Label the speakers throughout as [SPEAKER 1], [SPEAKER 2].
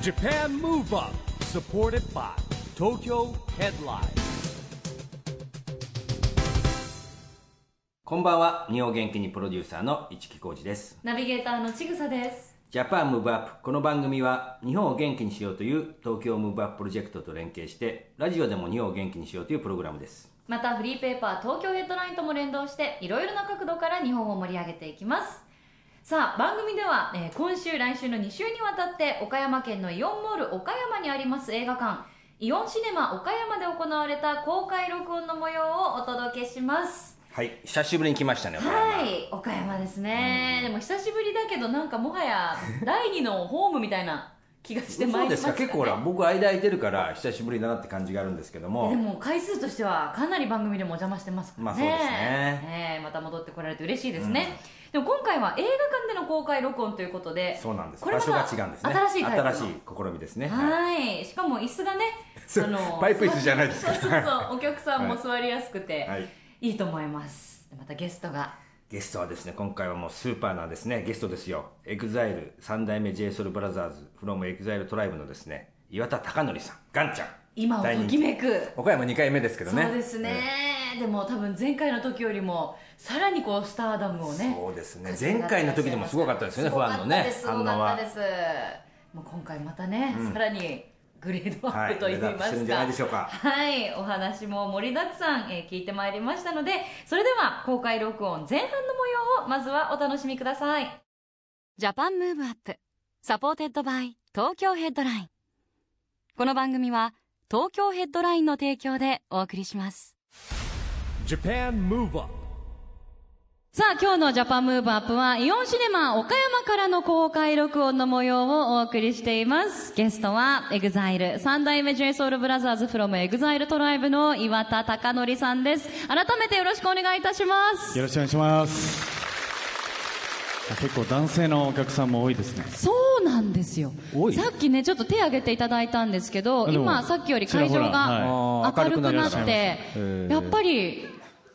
[SPEAKER 1] Japan Move Up supported by Tokyo Headline
[SPEAKER 2] こんばんは日本元気にプロデューサーの市木浩司です
[SPEAKER 3] ナビゲーターのちぐさです。
[SPEAKER 2] ジャパンムーブアップこの番組は日本を元気にしようという東京ムーブアッププロジェクトと連携してラジオでも日本を元気にしようというプログラムです
[SPEAKER 3] またフリーペーパー東京ヘッドラインとも連動していろいろな角度から日本を盛り上げていきます。さあ番組では、えー今週来週の2週にわたって岡山県のイオンモール岡山にあります映画館イオンシネマ岡山で行われた公開録音の模様をお届けします。
[SPEAKER 2] はい久しぶりに来ましたね岡山
[SPEAKER 3] はい、岡山ですね。でも久しぶりだけどなんかもはや第二のホームみたいな気がしてまい
[SPEAKER 2] そう
[SPEAKER 3] り
[SPEAKER 2] で
[SPEAKER 3] ますし
[SPEAKER 2] か
[SPEAKER 3] た、ね。
[SPEAKER 2] 結構ほら僕間空いてるから久しぶりだなって感じがあるんですけども
[SPEAKER 3] でも回数としてはかなり番組でもお邪魔してますからね。
[SPEAKER 2] まあそうですね
[SPEAKER 3] ええまた戻ってこられて嬉しいですね。でも今回は映画館での公開録音ということで。
[SPEAKER 2] そうなんです
[SPEAKER 3] これ
[SPEAKER 2] 場
[SPEAKER 3] また
[SPEAKER 2] 所が違うんですね
[SPEAKER 3] 新しいタイプの
[SPEAKER 2] 新しい試みですねはい
[SPEAKER 3] はい。しかも椅子がね、
[SPEAKER 2] そうパイプ椅子じゃないですか
[SPEAKER 3] そうそう そう。お客さんも座りやすくて、
[SPEAKER 2] はい
[SPEAKER 3] い
[SPEAKER 2] はい、
[SPEAKER 3] いと思います。またゲストが。
[SPEAKER 2] ゲストはですね、今回はもうスーパーなですね、ゲストですよ。エグザイル三代目 JSOULBROTHERS from エグザイルトライブのですね、岩田貴則さん、ガンちゃん。
[SPEAKER 3] 今を
[SPEAKER 2] 大
[SPEAKER 3] と
[SPEAKER 2] 人
[SPEAKER 3] き
[SPEAKER 2] 気
[SPEAKER 3] めく。
[SPEAKER 2] 岡山2回目ですけどね。
[SPEAKER 3] そうですね。でも多分前回の時よりも、さらにこうスターダムをね。
[SPEAKER 2] そうですね前回の時でもすごかったですよね
[SPEAKER 3] ごかった
[SPEAKER 2] ファンのね
[SPEAKER 3] ですごかったです。もう今回またね、さらにグレードア
[SPEAKER 2] は
[SPEAKER 3] ッ
[SPEAKER 2] い
[SPEAKER 3] プといい
[SPEAKER 2] グレード
[SPEAKER 3] ま
[SPEAKER 2] アップする
[SPEAKER 3] す
[SPEAKER 2] んじゃ
[SPEAKER 3] か。
[SPEAKER 2] ないでしょうか
[SPEAKER 3] はい、お話も盛りだくさん、えー聞いてまいりましたので、それでは公開録音前半の模様をまずはお楽しみください。
[SPEAKER 4] ジャパンムーブアップサポーテッドバイ東京ヘッドラインこの番組は東京ヘッドラインの提供でお送りします
[SPEAKER 1] Japan Move Up
[SPEAKER 4] さあ今日のジャパンムーブアップはイオンシネマ岡山からの公開録音の模様をお送りしています。ゲストはエグザイル三代目 JSOULBROTHERS from エグザイルトライブの岩田貴則さんです。改めてよろしくお願いいたします。
[SPEAKER 5] よろしくお願いします。結構男性のお客さんも多いですね。
[SPEAKER 4] そうなんですよ
[SPEAKER 5] 多。い
[SPEAKER 4] さっきね、ちょっと手挙げていただいたんですけど、
[SPEAKER 5] あでも
[SPEAKER 4] 今、さっきより会場
[SPEAKER 5] ちらほ
[SPEAKER 4] が
[SPEAKER 2] らはい
[SPEAKER 4] 明るくなっ
[SPEAKER 2] 明るくなりまして
[SPEAKER 5] たね、
[SPEAKER 4] やっぱり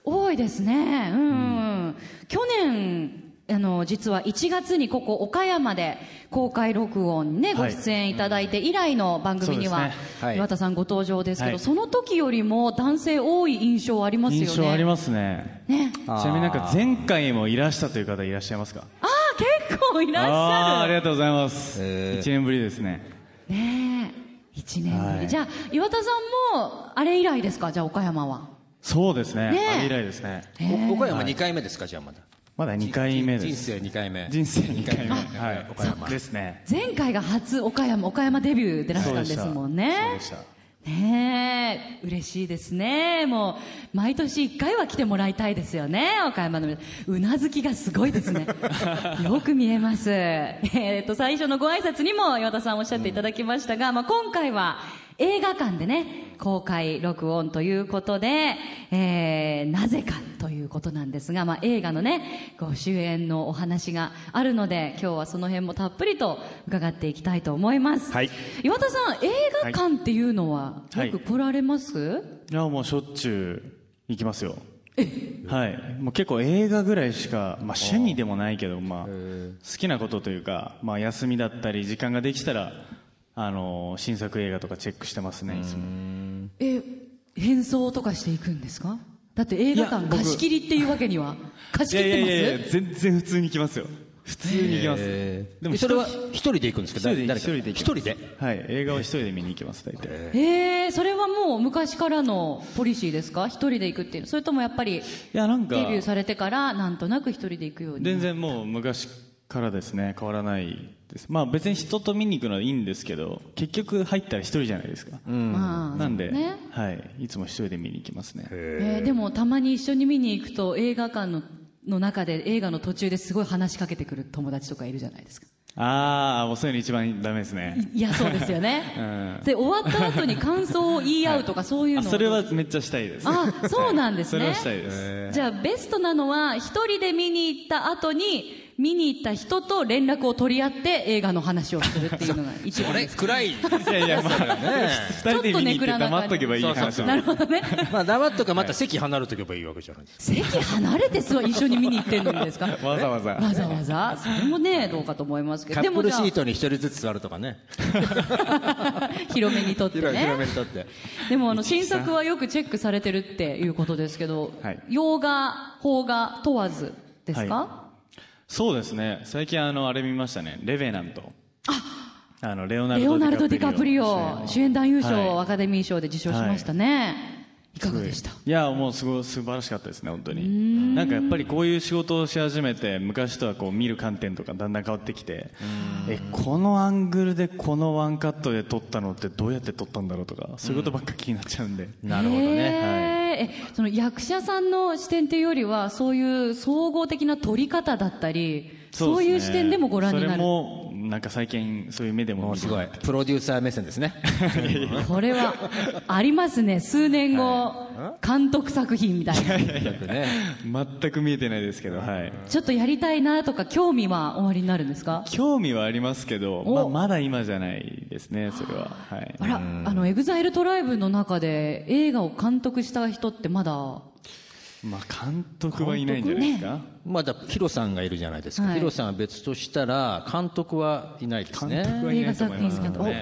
[SPEAKER 4] 多いですね。うんうん。去年、あの、実は1月にここ岡山で公開録音にね、ご
[SPEAKER 5] はい
[SPEAKER 4] 出演いただいて以来の番組に
[SPEAKER 5] そう
[SPEAKER 4] は
[SPEAKER 5] です
[SPEAKER 2] ねはい
[SPEAKER 4] 岩田さんご登場ですけ
[SPEAKER 5] は
[SPEAKER 4] ど、
[SPEAKER 5] い
[SPEAKER 4] その時よりも男性多い印象ありますよね。
[SPEAKER 5] 印象ありますね。
[SPEAKER 4] ね。
[SPEAKER 5] ちなみになんか前回もいらしたという方いらっしゃいますか
[SPEAKER 4] ああ、結構いらっし
[SPEAKER 5] あー
[SPEAKER 4] ゃ
[SPEAKER 5] あ
[SPEAKER 4] る
[SPEAKER 5] り。がとうございます。
[SPEAKER 2] えー
[SPEAKER 5] 1年ぶりですね。
[SPEAKER 4] ねえ1年ぶり、
[SPEAKER 5] はい
[SPEAKER 4] じゃあ岩田さんもあれ以来ですかじゃあ岡山は
[SPEAKER 5] そうですね。
[SPEAKER 4] ねえ
[SPEAKER 5] あれ以来ですね。
[SPEAKER 6] お岡山2回目ですか、じゃあまだ。
[SPEAKER 5] まだ2回目で
[SPEAKER 6] 人
[SPEAKER 5] す。
[SPEAKER 6] 生2回目。
[SPEAKER 5] 人生2回目。
[SPEAKER 6] 二回
[SPEAKER 5] は
[SPEAKER 6] 目
[SPEAKER 5] い。
[SPEAKER 6] 岡山。
[SPEAKER 5] ですね。
[SPEAKER 4] 前回が初岡山岡山デビューでらしたん
[SPEAKER 5] そう
[SPEAKER 4] で
[SPEAKER 5] でした
[SPEAKER 4] すもんね
[SPEAKER 5] そうでした
[SPEAKER 4] ねえ嬉しいですねもう毎年1回は来てもらいたいですよね岡山の皆さんうなずきがすごいです ねよく見えますえーっと最初のご挨拶にも岩田さんおっしゃっていただきましたが、まあ、今回は映画館でね公開録音ということで、えーなぜかということなんですが、まあ、映画のねご主演のお話があるので今日はその辺もたっぷりと伺っていきたいと思います、
[SPEAKER 5] はい
[SPEAKER 4] 岩田さん映画館っていうのは
[SPEAKER 5] はい
[SPEAKER 4] よく来られます、
[SPEAKER 5] いや、もうしょっちゅう行きますよ。はい。もう結構映画ぐらいしか、まあ趣味でもないけど、まあ、好きなことというか、まあ休みだったり、時間ができたら、あのー、新作映画とかチェックしてますね、いつも。
[SPEAKER 4] え変装とかしていくんですかだって映画
[SPEAKER 5] い
[SPEAKER 4] 館
[SPEAKER 5] や僕
[SPEAKER 4] 貸し切りっていうわけに は貸し切ってます
[SPEAKER 5] 全然普通に行きますよ。普通に行きます。
[SPEAKER 6] でもそれは
[SPEAKER 5] 一
[SPEAKER 6] 一人で行くんですけど、
[SPEAKER 5] 人で
[SPEAKER 6] 誰
[SPEAKER 5] 一
[SPEAKER 6] か
[SPEAKER 5] 人で行
[SPEAKER 6] 一
[SPEAKER 5] きま
[SPEAKER 6] 人
[SPEAKER 5] す
[SPEAKER 6] で。
[SPEAKER 5] はい。映画は一人で見に行きます、大体。
[SPEAKER 4] えー、それはもう昔からのポリシーですか一人で行くっていうそれともやっぱり
[SPEAKER 5] いや、なんか、
[SPEAKER 4] デビューされてからなんとなく一人で行くように
[SPEAKER 5] 全然もう昔からですね変わらないですまあ別に人と見に行くのはいいんですけど結局入ったら一人じゃないですか、
[SPEAKER 4] まあ
[SPEAKER 5] なんで、
[SPEAKER 4] ね
[SPEAKER 5] はい、いつも一人で見に行きますね
[SPEAKER 4] えーでもたまに一緒に見に行くと映画館のの中で映画の途中ですごい話しかけてくる友達とかいるじゃないですか
[SPEAKER 5] ああもうそういうの一番ダメですね
[SPEAKER 4] いやそうですよ ね、で終わった後に感想を言い合うとかそういう
[SPEAKER 5] あ
[SPEAKER 4] の
[SPEAKER 5] それはめっちゃしたいです
[SPEAKER 4] あそうなんですね
[SPEAKER 5] それはしたいです、
[SPEAKER 4] じゃあベストなのは一人で見に行った後に見に行った人と連絡を取り合って映画の話をするっていうのが一
[SPEAKER 6] そ
[SPEAKER 4] 番
[SPEAKER 6] れ
[SPEAKER 4] です。
[SPEAKER 6] 暗 い。
[SPEAKER 5] いやいや、まあ、
[SPEAKER 6] ね
[SPEAKER 5] 二人で見に行って黙っとけばいい話
[SPEAKER 4] な
[SPEAKER 5] な
[SPEAKER 4] るほどね。
[SPEAKER 6] まあ黙っとかまた席離れとけばいいわけじゃないですか。
[SPEAKER 4] 席離れてそう一緒に見に行ってるんですか
[SPEAKER 5] わざわざ
[SPEAKER 4] わざわざそれもね、どうかと思いますけ
[SPEAKER 6] カ
[SPEAKER 4] ど。
[SPEAKER 6] ップル
[SPEAKER 4] じゃ
[SPEAKER 6] シ
[SPEAKER 4] あ
[SPEAKER 6] ートに一人ずつ座るとかね。
[SPEAKER 4] 広めにとって
[SPEAKER 6] 広広め
[SPEAKER 4] ね
[SPEAKER 6] にとって。
[SPEAKER 4] でもあの新作はよくチェックされてるっていうことですけど、
[SPEAKER 5] はい
[SPEAKER 4] 洋画邦画問わずですか、
[SPEAKER 5] はそうですね最近あのあれ見ましたねレベナントあのレオナル
[SPEAKER 4] レオ
[SPEAKER 5] ド・
[SPEAKER 4] ナルド・ディカプリオ主演男優賞を
[SPEAKER 5] はい
[SPEAKER 4] アカデミー賞で受賞しましたね、い、かがでした
[SPEAKER 5] いやもうすごい素晴らしかったですね本当になんかやっぱりこういう仕事をし始めて昔とはこう見る観点とかだんだん変わってきてえこのアングルでこのワンカットで撮ったのってどうやって撮ったんだろうとかそういうことばっか気になっちゃうんで、
[SPEAKER 6] なるほどね。
[SPEAKER 4] へーえその役者さんの視点というよりはそういう総合的な撮り方だったりそう,、
[SPEAKER 5] ですね
[SPEAKER 4] いう視点でもご覧にな
[SPEAKER 5] それ
[SPEAKER 4] る
[SPEAKER 5] もなんか最近そういう目でも
[SPEAKER 6] もうすごい。プロデューサー目線ですね。
[SPEAKER 4] これはありますね数年後、監督作品みたいな
[SPEAKER 6] 逆ね。
[SPEAKER 5] 全く見えてないですけどはい
[SPEAKER 4] ちょっとやりたいなとか興味はおありになるんですか
[SPEAKER 5] 興味はありますけど、まあ、まだ今じゃないですねそれははい
[SPEAKER 4] あら、あの、エグザイルトライブの中で映画を監督した人ってまだ、
[SPEAKER 5] まあ監督はいないんじゃないですか、
[SPEAKER 6] まだヒロさんがいるじゃないですか。
[SPEAKER 4] はい
[SPEAKER 6] ヒロさんは別としたら、監督はいないですね。
[SPEAKER 4] 映画作品ですけど、
[SPEAKER 5] はい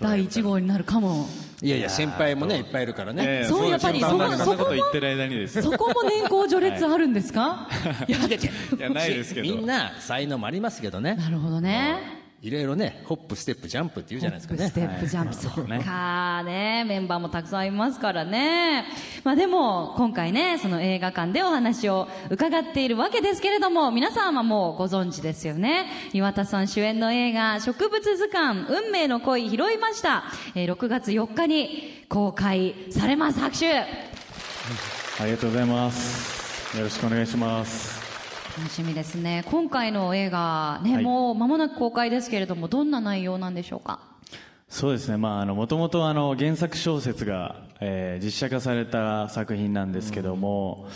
[SPEAKER 4] 第1号になるかも。
[SPEAKER 6] いやいや、先輩もね、いっぱいいるからね。
[SPEAKER 4] そうやっぱりそこ
[SPEAKER 5] そんなこと言ってる間にですね
[SPEAKER 4] そこも年功序列あるんですか、い、や、
[SPEAKER 5] いやないですけど
[SPEAKER 6] みんな才能もありますけどね。
[SPEAKER 4] なるほどね。
[SPEAKER 6] いろいろね、ホップ、ステップ、ジャンプって言うじゃないですか
[SPEAKER 4] ホップ
[SPEAKER 6] ね
[SPEAKER 4] ス。テップジャンプ、そうかね、メンバーもたくさんいますからね。まあでも、今回ね、その映画館でお話を伺っているわけですけれども、皆さんはもうご存知ですよね。岩田さん主演の映画、植物図鑑、運命の恋拾いました。えー6月4日に公開されます。拍手
[SPEAKER 5] ありがとうございますよろしくお願いします
[SPEAKER 4] 楽しみですね。今回の映画、ね、
[SPEAKER 5] はい
[SPEAKER 4] もう間もなく公開ですけれども、どんな内容なんでしょうか
[SPEAKER 5] そうですねまああのもともとあの原作小説が、えー実写化された作品なんですけども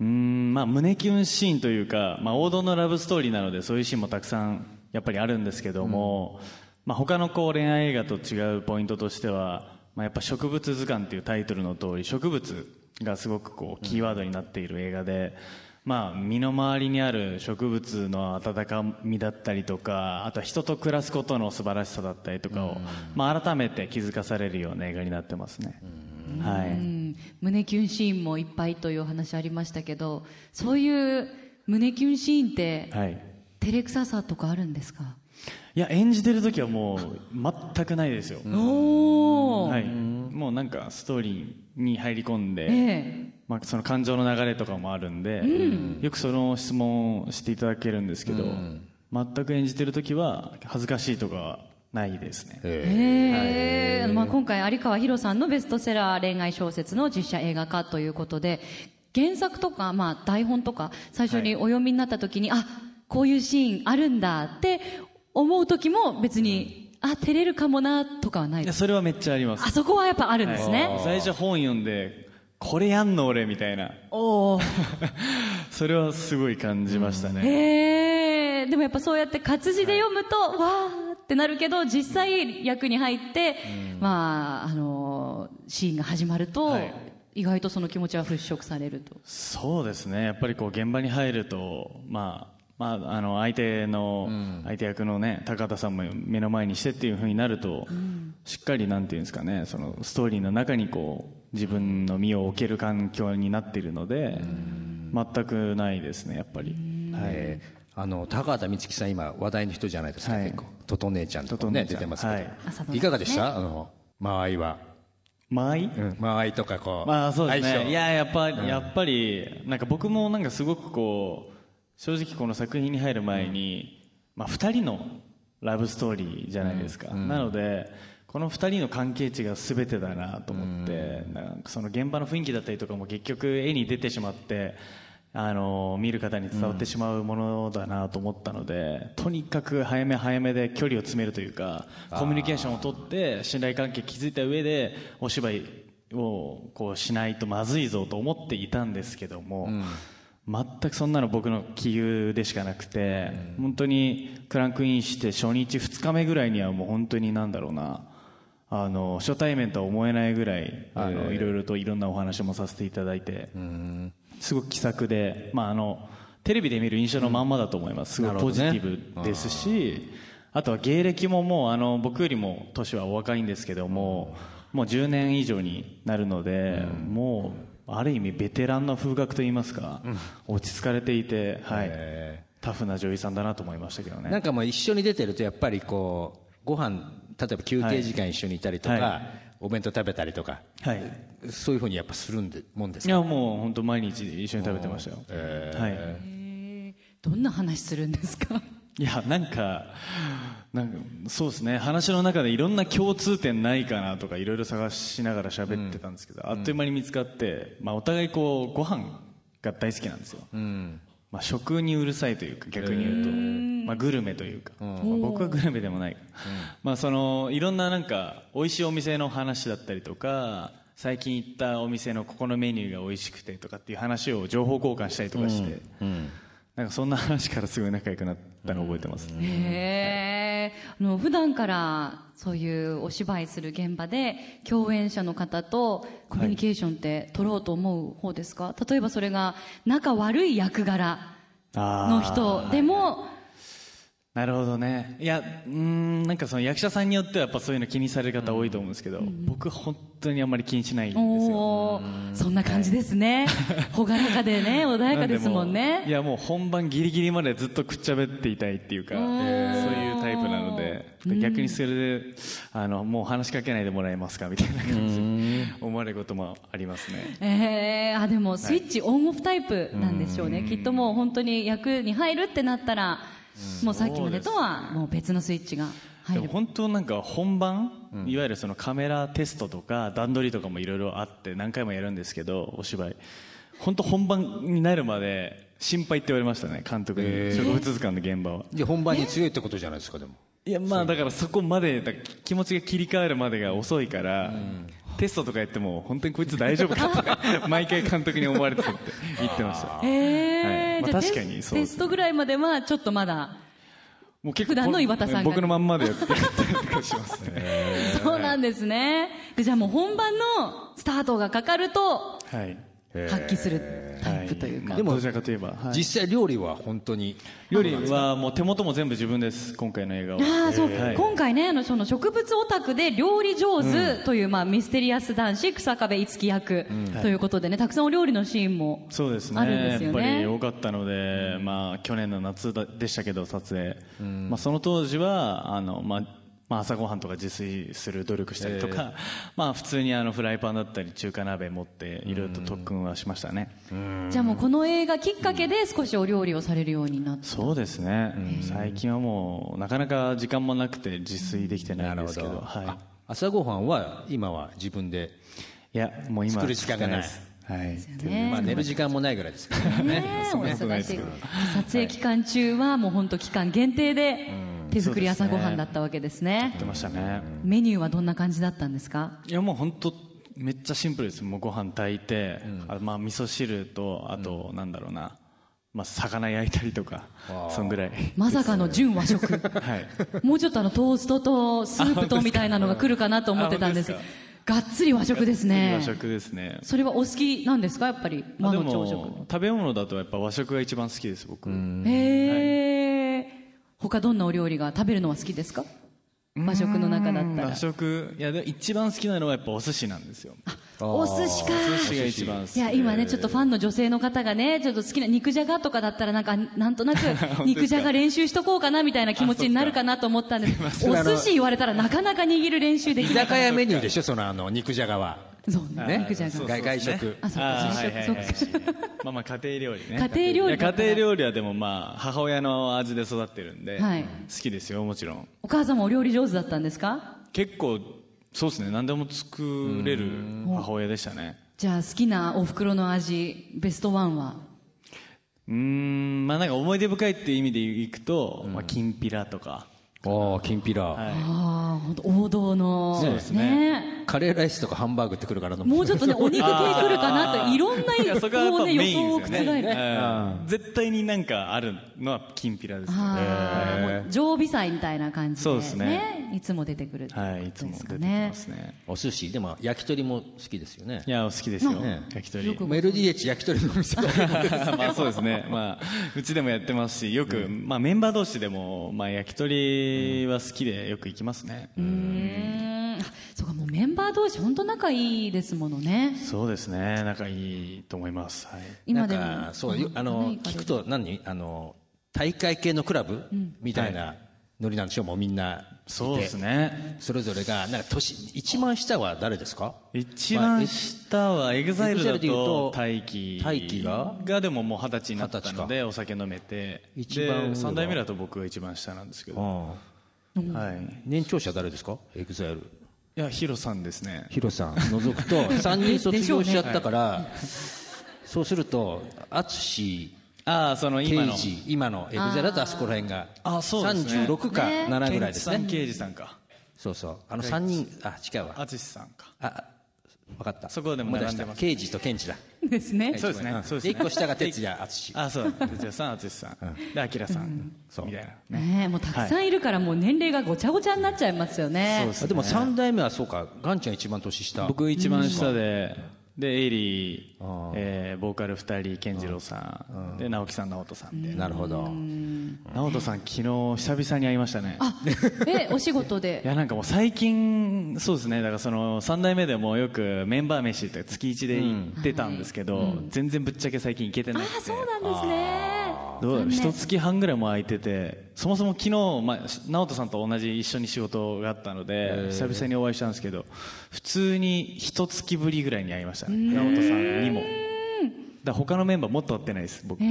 [SPEAKER 5] うーんまあ胸キュンシーンというか、まあ、王道のラブストーリーなのでそういうシーンもたくさんやっぱりあるんですけども、まあ、他のこう恋愛映画と違うポイントとしては、まあ、やっぱ植物図鑑っていうタイトルの通り植物がすごくこうキーワードになっている映画で、まあ、身の回りにある植物の温かみだったりとかあとは人と暮らすことの素晴らしさだったりとかを、まあ、改めて気づかされるような映画になってますね。はい
[SPEAKER 4] うん胸キュンシーンもいっぱいというお話ありましたけどそういう胸キュンシーンって、
[SPEAKER 5] はい
[SPEAKER 4] 照れくささとかあるんですか
[SPEAKER 5] いや演じてる時はもう全くないですよ、
[SPEAKER 4] おお、
[SPEAKER 5] はい、もうなんかストーリーに入り込んで、
[SPEAKER 4] え
[SPEAKER 5] まあ、その感情の流れとかもあるんで、よくその質問をしていただけるんですけど、全く演じてる時は恥ずかしいとかはないですね、
[SPEAKER 4] えええまあ、今回有川博さんのベストセラー恋愛小説の実写映画化ということで原作とか、まあ、台本とか最初にお読みになった時に、あこういうシーンあるんだって思う時も別に、あ照れるかもなとかはない
[SPEAKER 5] いやそれはめっちゃあります
[SPEAKER 4] あそこはやっぱあるんですね、
[SPEAKER 5] はい最初本読んでこれやんの俺みたいな
[SPEAKER 4] おお
[SPEAKER 5] それはすごい感じましたね、
[SPEAKER 4] へえでもやっぱそうやって活字で読むと、わーってなるけど実際役に入って、まああのーシーンが始まると、
[SPEAKER 5] はい
[SPEAKER 4] 意外とその気持ちは払拭されると
[SPEAKER 5] そうですねやっぱりこう現場に入ると、まあまあ、あの相手の、相手役の、ね、高田さんも目の前にしてっていうふうになると、しっかりなんていうんですかねそのストーリーの中にこう自分の身を置ける環境になっているので、全くないですねやっぱり。はい
[SPEAKER 6] えーあの高畑充希さん、今、話題の人じゃないですか、
[SPEAKER 5] はい
[SPEAKER 6] 結構、とと姉ちゃんとか
[SPEAKER 5] とと
[SPEAKER 6] ね、
[SPEAKER 5] 姉ち
[SPEAKER 6] 出
[SPEAKER 5] ゃん
[SPEAKER 6] てますけど、
[SPEAKER 5] はい
[SPEAKER 4] 朝ドラ
[SPEAKER 6] い、かがでした、あの間合いは、
[SPEAKER 5] 間合い
[SPEAKER 6] 間合いとかこう、
[SPEAKER 5] まあそうです
[SPEAKER 6] 相性
[SPEAKER 5] ね。いや、やっぱ、やっぱり、なんか僕もなんかすごくこう、正直この作品に入る前に、まあ二人のラブストーリーじゃないですか。なので、この二人の関係値が全てだなと思って、なんかその現場の雰囲気だったりとかも結局絵に出てしまって、あの見る方に伝わってしまうものだなと思ったので、とにかく早め早めで距離を詰めるというかコミュニケーションを取って信頼関係築いた上でお芝居をこうしないとまずいぞと思っていたんですけども、全くそんなの僕の気憂でしかなくて、本当にクランクインして初日2日目ぐらいにはもう本当になんだろうなあの初対面とは思えないぐらいあのいろいろといろんなお話もさせていただいて、すごく気さくで、まあ、あのテレビで見る印象のまんまだと思います、すごいポジティブですし、あとは芸歴ももうあの僕よりも年はお若いんですけども、もう10年以上になるので、もうある意味、ベテランの風格といいますか、落ち着かれていて、はいタフな女優さんだなと思いましたけど
[SPEAKER 6] なん
[SPEAKER 5] ね。
[SPEAKER 6] かもう一緒に出てるとやっぱりこうご飯例えば休憩時間一緒にいたりとか、
[SPEAKER 5] は
[SPEAKER 6] お弁当食べたりとか
[SPEAKER 5] はい、
[SPEAKER 6] そういうふうにやっぱするんでもんです
[SPEAKER 5] い
[SPEAKER 6] か
[SPEAKER 5] やもう本当毎日一緒に食べてましたよ、はい、
[SPEAKER 4] どんな話するんです か
[SPEAKER 5] いやなんかなんかそうですね話の中でいろんな共通点ないかなとかいろいろ探しながら喋ってたんですけど、あっという間に見つかって、まあ、お互いこうご飯が大好きなんですよ、まあ、食にうるさいというか逆に言うと、まあ、グルメというか、まあ僕はグルメでもない、まあ、そのいろんななんか美味しいお店の話だったりとか最近行ったお店のここのメニューが美味しくてとかっていう話を情報交換したりとかして、なんかそんな話からすごい仲良くなったのを覚えてます、
[SPEAKER 4] へえあの普段からそういうお芝居する現場で共演者の方とコミュニケーションって取ろうと思う方ですか、例えばそれが仲悪い役柄
[SPEAKER 5] あー
[SPEAKER 4] の人でも
[SPEAKER 5] なるほどねいやうーんなんかその役者さんによってはやっぱそういうの気にされる方多いと思うんですけど、僕本当にあんまり気にしないんですよ
[SPEAKER 4] おーそんな感じですね朗らかでね穏やかですもん
[SPEAKER 5] なんでう
[SPEAKER 4] ね
[SPEAKER 5] いやもう本番ギリギリまでずっとくっちゃべっていたいっていうかそういうタイプなので逆にそれであのもう話しかけないでもらえますかみたいな感じに思われることもありますね
[SPEAKER 4] えー、あでもスイッチオンオフタイプなんでしょうね、きっともう本当に役に入るってなったら、もうさっきまでとはもう別のスイッチが
[SPEAKER 5] で
[SPEAKER 4] 入
[SPEAKER 5] も
[SPEAKER 4] る
[SPEAKER 5] 本当なんか本番、いわゆるそのカメラテストとか段取りとかもいろいろあって何回もやるんですけどお芝居本当本番になるまで心配って言われましたね監督に植物図鑑の現場は
[SPEAKER 6] じゃあ本番に強いってことじゃないですかでも
[SPEAKER 5] いやまあだからそこまでだから気持ちが切り替わるまでが遅いから、テストとかやっても本当にこいつ大丈夫かって 毎回監督に思われてるって言ってました
[SPEAKER 4] えー
[SPEAKER 5] はいまあ
[SPEAKER 4] じゃあ
[SPEAKER 5] 確か
[SPEAKER 4] テ
[SPEAKER 5] にそうで
[SPEAKER 4] ス
[SPEAKER 5] す
[SPEAKER 4] テストぐらいまではちょっとまだ、
[SPEAKER 5] もう結
[SPEAKER 4] 普段の岩田さんが
[SPEAKER 5] 僕のまんまでやってやったりとかしますね
[SPEAKER 4] そうなんですねでじゃあもう本番のスタートがかかると
[SPEAKER 5] はい、
[SPEAKER 4] 発揮するタイプというか、
[SPEAKER 5] でもどちらかといえば、はい
[SPEAKER 6] 実際料理は本当に
[SPEAKER 5] よりはもう手元も全部自分です今回の映画は
[SPEAKER 4] ああそう、
[SPEAKER 5] はい
[SPEAKER 4] 今回ねあのその植物オタクで料理上手という、まあ、ミステリアス男子草壁樹き役ということでねたくさんお料理のシーンも
[SPEAKER 5] そうですね
[SPEAKER 4] あるんです
[SPEAKER 5] や
[SPEAKER 4] よ
[SPEAKER 5] っ
[SPEAKER 4] ね
[SPEAKER 5] ぱり多かったので、まあ、去年の夏だでしたけど撮影、まあ、その当時はあの、まあまあ、朝ごはんとか自炊する努力したりとか、まあ、普通にあのフライパンだったり中華鍋持っていろいろと特訓はしましたね、
[SPEAKER 4] じゃあもうこの映画きっかけで少しお料理をされるようになって
[SPEAKER 5] そうですね、最近はもうなかなか時間もなくて自炊できてないんですけどは
[SPEAKER 6] あ朝ごはんは今は自分で、
[SPEAKER 5] い、いやもう今
[SPEAKER 6] 作る時間がない
[SPEAKER 5] 作ってないですはい
[SPEAKER 6] まあ、寝る時間もないぐらいですからね
[SPEAKER 4] ね
[SPEAKER 5] そ
[SPEAKER 4] お
[SPEAKER 5] んなことない
[SPEAKER 4] 忙
[SPEAKER 5] で
[SPEAKER 4] し
[SPEAKER 5] す
[SPEAKER 4] い
[SPEAKER 5] けど
[SPEAKER 4] 撮影期間中はもう本当期間限定で手作り朝ごはんだったわけですね
[SPEAKER 5] やってましたね、
[SPEAKER 4] メニューはどんな感じだったんですか
[SPEAKER 5] いやもう本当めっちゃシンプルですもうご飯炊いて、あまあ味噌汁とあとなんだろうな、まあ、魚焼いたりとかそん ぐらい
[SPEAKER 4] まさかの純和食
[SPEAKER 5] はい
[SPEAKER 4] もうちょっとあのトーストとスープとみたいなのが来るかなと思ってたんです
[SPEAKER 5] あ本
[SPEAKER 4] がっつり和食ですね
[SPEAKER 5] 和食ですね
[SPEAKER 4] それはお好きなんですかやっぱり
[SPEAKER 5] あ
[SPEAKER 4] 和
[SPEAKER 5] で
[SPEAKER 4] の朝食
[SPEAKER 5] も食べ物だとやっぱ和食が一番好きです僕
[SPEAKER 4] へえ他どんなお料理が食べるのは好きですか和食の中だったら
[SPEAKER 5] 和食いやでも一番好きなのはやっぱお寿司なんですよ
[SPEAKER 4] お寿司か
[SPEAKER 5] お寿司が一番好
[SPEAKER 4] い
[SPEAKER 5] き
[SPEAKER 4] や今ねちょっとファンの女性の方がねちょっと好きな肉じゃがとかだったらなんかなん となく肉じゃが練習しとこうかなみたいな気持ちになるかなと思ったんですお寿司言われたらなかなか握る練習で
[SPEAKER 6] 居
[SPEAKER 4] きない
[SPEAKER 6] 酒屋メニューでしょそのあの肉じゃがは、
[SPEAKER 4] そうね
[SPEAKER 6] ね、
[SPEAKER 4] 肉じゃが
[SPEAKER 6] 外外食
[SPEAKER 4] あそう
[SPEAKER 5] あ
[SPEAKER 4] か
[SPEAKER 5] ーはいはいはい
[SPEAKER 4] 寿司そうか
[SPEAKER 5] まあまあ家庭料理
[SPEAKER 4] 家
[SPEAKER 5] ね
[SPEAKER 4] 庭料
[SPEAKER 5] い
[SPEAKER 4] 理だ
[SPEAKER 5] や家
[SPEAKER 4] ったら
[SPEAKER 5] 庭料理はでもまあ母親の味で育ってるんで、
[SPEAKER 4] はい
[SPEAKER 5] 好きですよもちろん
[SPEAKER 4] お母様お料理上手だったんですか
[SPEAKER 5] 結構そうですね何でも作れる母親でしたね
[SPEAKER 4] じゃあ好きなお袋の味ベストワンは
[SPEAKER 5] うーんまあなんか思い出深いっていう意味でいくと、まあ、きんぴらとか
[SPEAKER 6] おおきんぴら、
[SPEAKER 5] は
[SPEAKER 4] あ
[SPEAKER 5] い
[SPEAKER 4] あ本当王道の
[SPEAKER 5] そうですね
[SPEAKER 6] カレーライスとかハンバーグってくるからな
[SPEAKER 4] もうちょっ とね、お肉系来るかなと、いろんな
[SPEAKER 5] いやそこはやっ
[SPEAKER 4] こ
[SPEAKER 5] ぱ
[SPEAKER 4] う、
[SPEAKER 5] メ
[SPEAKER 4] ね、
[SPEAKER 5] イン
[SPEAKER 4] 予
[SPEAKER 5] です
[SPEAKER 4] 想を
[SPEAKER 5] よ
[SPEAKER 4] 覆
[SPEAKER 5] ね
[SPEAKER 4] る。
[SPEAKER 5] うん絶対になんかあるのはきんぴらですね
[SPEAKER 4] あーもう常備菜みたいな感じで、
[SPEAKER 5] そう
[SPEAKER 4] ね
[SPEAKER 5] ですね
[SPEAKER 4] いつも出てくるって
[SPEAKER 5] はいいうい
[SPEAKER 4] こ
[SPEAKER 5] つ
[SPEAKER 4] と
[SPEAKER 5] も
[SPEAKER 4] です
[SPEAKER 5] 出
[SPEAKER 4] か
[SPEAKER 5] てき
[SPEAKER 4] ね
[SPEAKER 5] ま。すね
[SPEAKER 6] お寿司でも焼き鳥も好きですよね
[SPEAKER 5] いやお好きですよ
[SPEAKER 6] ね
[SPEAKER 5] 焼き鳥
[SPEAKER 6] メルディエチ焼き鳥のお店だ
[SPEAKER 5] まあそうですね、まあ、うちでもやってますしよく、まあ、メンバー同士でも、まあ、焼き鳥は好きでよく行きますね、
[SPEAKER 4] うんあそうかもうメンバー同士本当仲いいですものね。
[SPEAKER 5] そうですね仲いいと思います、はい、
[SPEAKER 4] 今で
[SPEAKER 6] なん
[SPEAKER 4] も
[SPEAKER 6] かそうよあの
[SPEAKER 4] ね行か
[SPEAKER 6] 聞
[SPEAKER 4] れる
[SPEAKER 6] くと何あの大会系のクラブみたいなノリなんでしょうもうみんな
[SPEAKER 5] そうですね
[SPEAKER 6] それぞれがなんか年一番下は誰ですか
[SPEAKER 5] 一
[SPEAKER 6] まあ
[SPEAKER 5] 番
[SPEAKER 6] え
[SPEAKER 5] 下はエグザイル
[SPEAKER 6] EXILE
[SPEAKER 5] だ
[SPEAKER 6] で言うと
[SPEAKER 5] と大輝
[SPEAKER 6] 大輝が
[SPEAKER 5] でももう二十歳になったのでお酒飲めて
[SPEAKER 6] 一番上
[SPEAKER 5] で
[SPEAKER 6] は
[SPEAKER 5] 3代目だと僕が一番下なんですけど、はい、
[SPEAKER 6] 年長者誰ですかエグザイル
[SPEAKER 5] いやヒロさんですね
[SPEAKER 6] ヒロさん除くと3 人卒業しちゃったからそうすると淳
[SPEAKER 5] ああその
[SPEAKER 6] 今
[SPEAKER 5] 今の
[SPEAKER 6] の今のエグザイルだとあそこら辺が
[SPEAKER 5] あそうですね
[SPEAKER 6] 36か7ぐらいですね
[SPEAKER 5] 健一さん刑事さんか
[SPEAKER 6] そうそうあの3人あ違うわ
[SPEAKER 5] 淳さんか
[SPEAKER 6] あ分かった
[SPEAKER 5] そこでも
[SPEAKER 6] 思い出
[SPEAKER 5] 並
[SPEAKER 6] し
[SPEAKER 5] んで
[SPEAKER 6] た
[SPEAKER 5] ます
[SPEAKER 6] 刑事と検事だ
[SPEAKER 4] ですね。
[SPEAKER 5] そうですねそうですね
[SPEAKER 6] 1個下が哲也淳
[SPEAKER 5] あそうだ哲也さん淳さんで明さんみたいな
[SPEAKER 4] ねえもうたくさんいるからもう年齢がごちゃごちゃになっちゃいますよね。
[SPEAKER 6] あでも3代目はそうかガンちゃん一番年下
[SPEAKER 5] 僕一番下ででエイリー、えーボーカル2人健次郎さんで直樹さん直人さんで
[SPEAKER 6] なるほど
[SPEAKER 5] 直人さん昨日久々に会いましたね
[SPEAKER 4] あ、えお仕事
[SPEAKER 5] い
[SPEAKER 4] で。
[SPEAKER 5] やなんかもう最近そうですねだからその3代目でもよくメンバー飯って月1で行ってたんですけど、全然ぶっちゃけ最近行けてな
[SPEAKER 4] あ
[SPEAKER 5] くて
[SPEAKER 4] ー、そうなんですね。
[SPEAKER 5] どう
[SPEAKER 4] 残念
[SPEAKER 5] 一月半ぐらいも空いててそもそも昨日、まあ、し直人さんと同じ一緒に仕事があったので久々にお会いしたんですけど普通に一月ぶりぐらいに会いましたね直人さんにもだから他のメンバーもっと会ってないです僕
[SPEAKER 4] え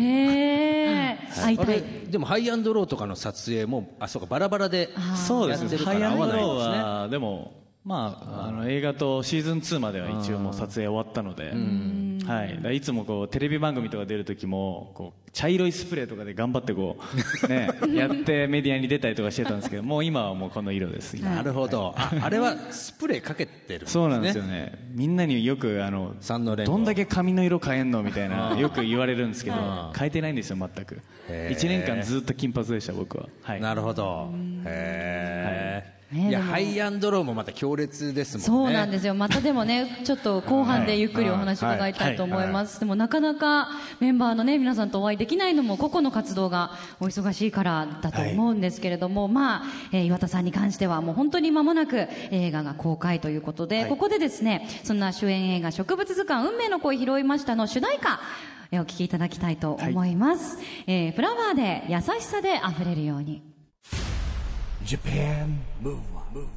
[SPEAKER 4] え会い
[SPEAKER 6] あ
[SPEAKER 4] た
[SPEAKER 6] れ
[SPEAKER 4] い。
[SPEAKER 6] でもハイアンドローとかの撮影もあそうかバラバラで
[SPEAKER 5] そうです
[SPEAKER 6] やって
[SPEAKER 5] ね
[SPEAKER 6] る
[SPEAKER 5] ハ
[SPEAKER 6] から
[SPEAKER 5] イ
[SPEAKER 6] 合
[SPEAKER 5] アン
[SPEAKER 6] わないん
[SPEAKER 5] ド
[SPEAKER 6] ですね
[SPEAKER 5] はでもまあ、あの映画とシーズン2までは一応もう撮影終わったので、はい、だからいつもこうテレビ番組とか出る時もこう茶色いスプレーとかで頑張ってこ う、ね、やってメディアに出たりとかしてたんですけどもう今はもうこの色です今
[SPEAKER 6] なるほど、ああれはスプレーかけてるんですね
[SPEAKER 5] そうなんですよねみんなによくあの
[SPEAKER 6] 三の連合
[SPEAKER 5] どんだけ髪の色変えんのみたいなよく言われるんですけど変えてないんですよ全く
[SPEAKER 6] へー
[SPEAKER 5] 1年間ずっと金髪でした僕は、はい、
[SPEAKER 6] なるほどへえ、い、
[SPEAKER 4] はいね
[SPEAKER 6] や
[SPEAKER 4] でも
[SPEAKER 6] ハイアンドローもまた強烈ですもんね
[SPEAKER 4] そうなんですすよ、またでもね、ちょっと後半でゆっくりお話伺いたいと思います、でもなかなかメンバーのね皆さんとお会いできないのも、個々の活動がお忙しいからだと思うんですけれども、まあえー岩田さんに関しては、もう本当に間もなく映画が公開ということで、ここでですねそんな主演映画、植物図鑑、運命の恋拾いましたの主題歌、えーお聴きいただきたいと思います。えーフラワーで優しさで溢れるように
[SPEAKER 1] Japan Move Up, Move Up.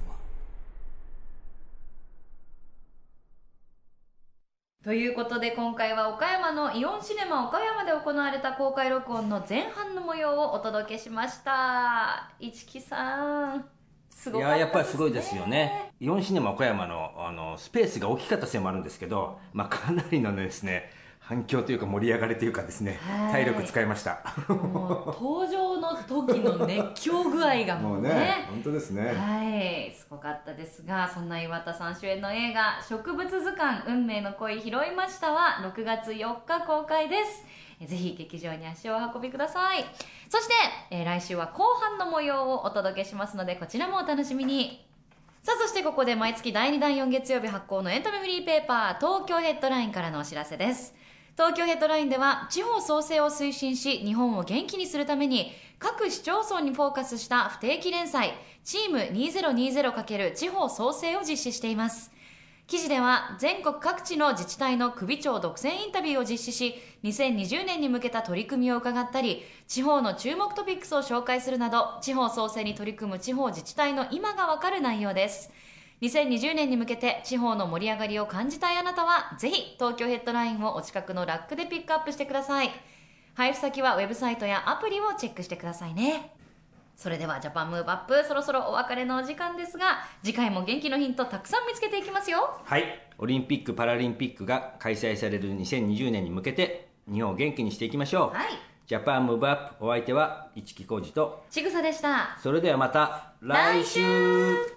[SPEAKER 3] ということで今回は岡山のイオンシネマ岡山で行われた公開録音の前半の模様をお届けしました一木さんすご
[SPEAKER 2] い
[SPEAKER 3] かっ
[SPEAKER 2] や
[SPEAKER 3] た
[SPEAKER 2] やっぱりすごいですよねイオンシネマ岡山のあのスペースが大きかったせいもあるんですけど、まあ、かなりのですね反響というか盛り上がりというかですね
[SPEAKER 3] はい
[SPEAKER 2] 体力使いました
[SPEAKER 3] もう登場の時の熱狂具合がもうね
[SPEAKER 2] 本当ですね
[SPEAKER 3] はいすごかったですがそんな岩田さん主演の映画「植物図鑑運命の恋拾いました」は6月4日公開ですえぜひ劇場に足をお運びくださいそして、えー来週は後半の模様をお届けしますのでこちらもお楽しみにさあそしてここで毎月第2第4月曜日発行のエンタメフリーペーパー東京ヘッドラインからのお知らせです東京ヘッドラインでは地方創生を推進し日本を元気にするために各市町村にフォーカスした不定期連載チーム 2020× 地方創生を実施しています記事では全国各地の自治体の首長独占インタビューを実施し2020年に向けた取り組みを伺ったり地方の注目トピックスを紹介するなど地方創生に取り組む地方自治体の今がわかる内容です2020年に向けて地方の盛り上がりを感じたいあなたはぜひ東京ヘッドラインをお近くのラックでピックアップしてください配布先はウェブサイトやアプリをチェックしてくださいねそれではジャパンムーブアップそろそろお別れのお時間ですが次回も元気のヒントたくさん見つけていきますよ
[SPEAKER 2] はいオリンピック・パラリンピックが開催される2020年に向けて日本を元気にしていきましょう、
[SPEAKER 3] はい
[SPEAKER 2] ジャパンムーブアップお相手は市木浩二と
[SPEAKER 3] ちぐさでした
[SPEAKER 2] それではまた
[SPEAKER 3] 来週
[SPEAKER 2] 来週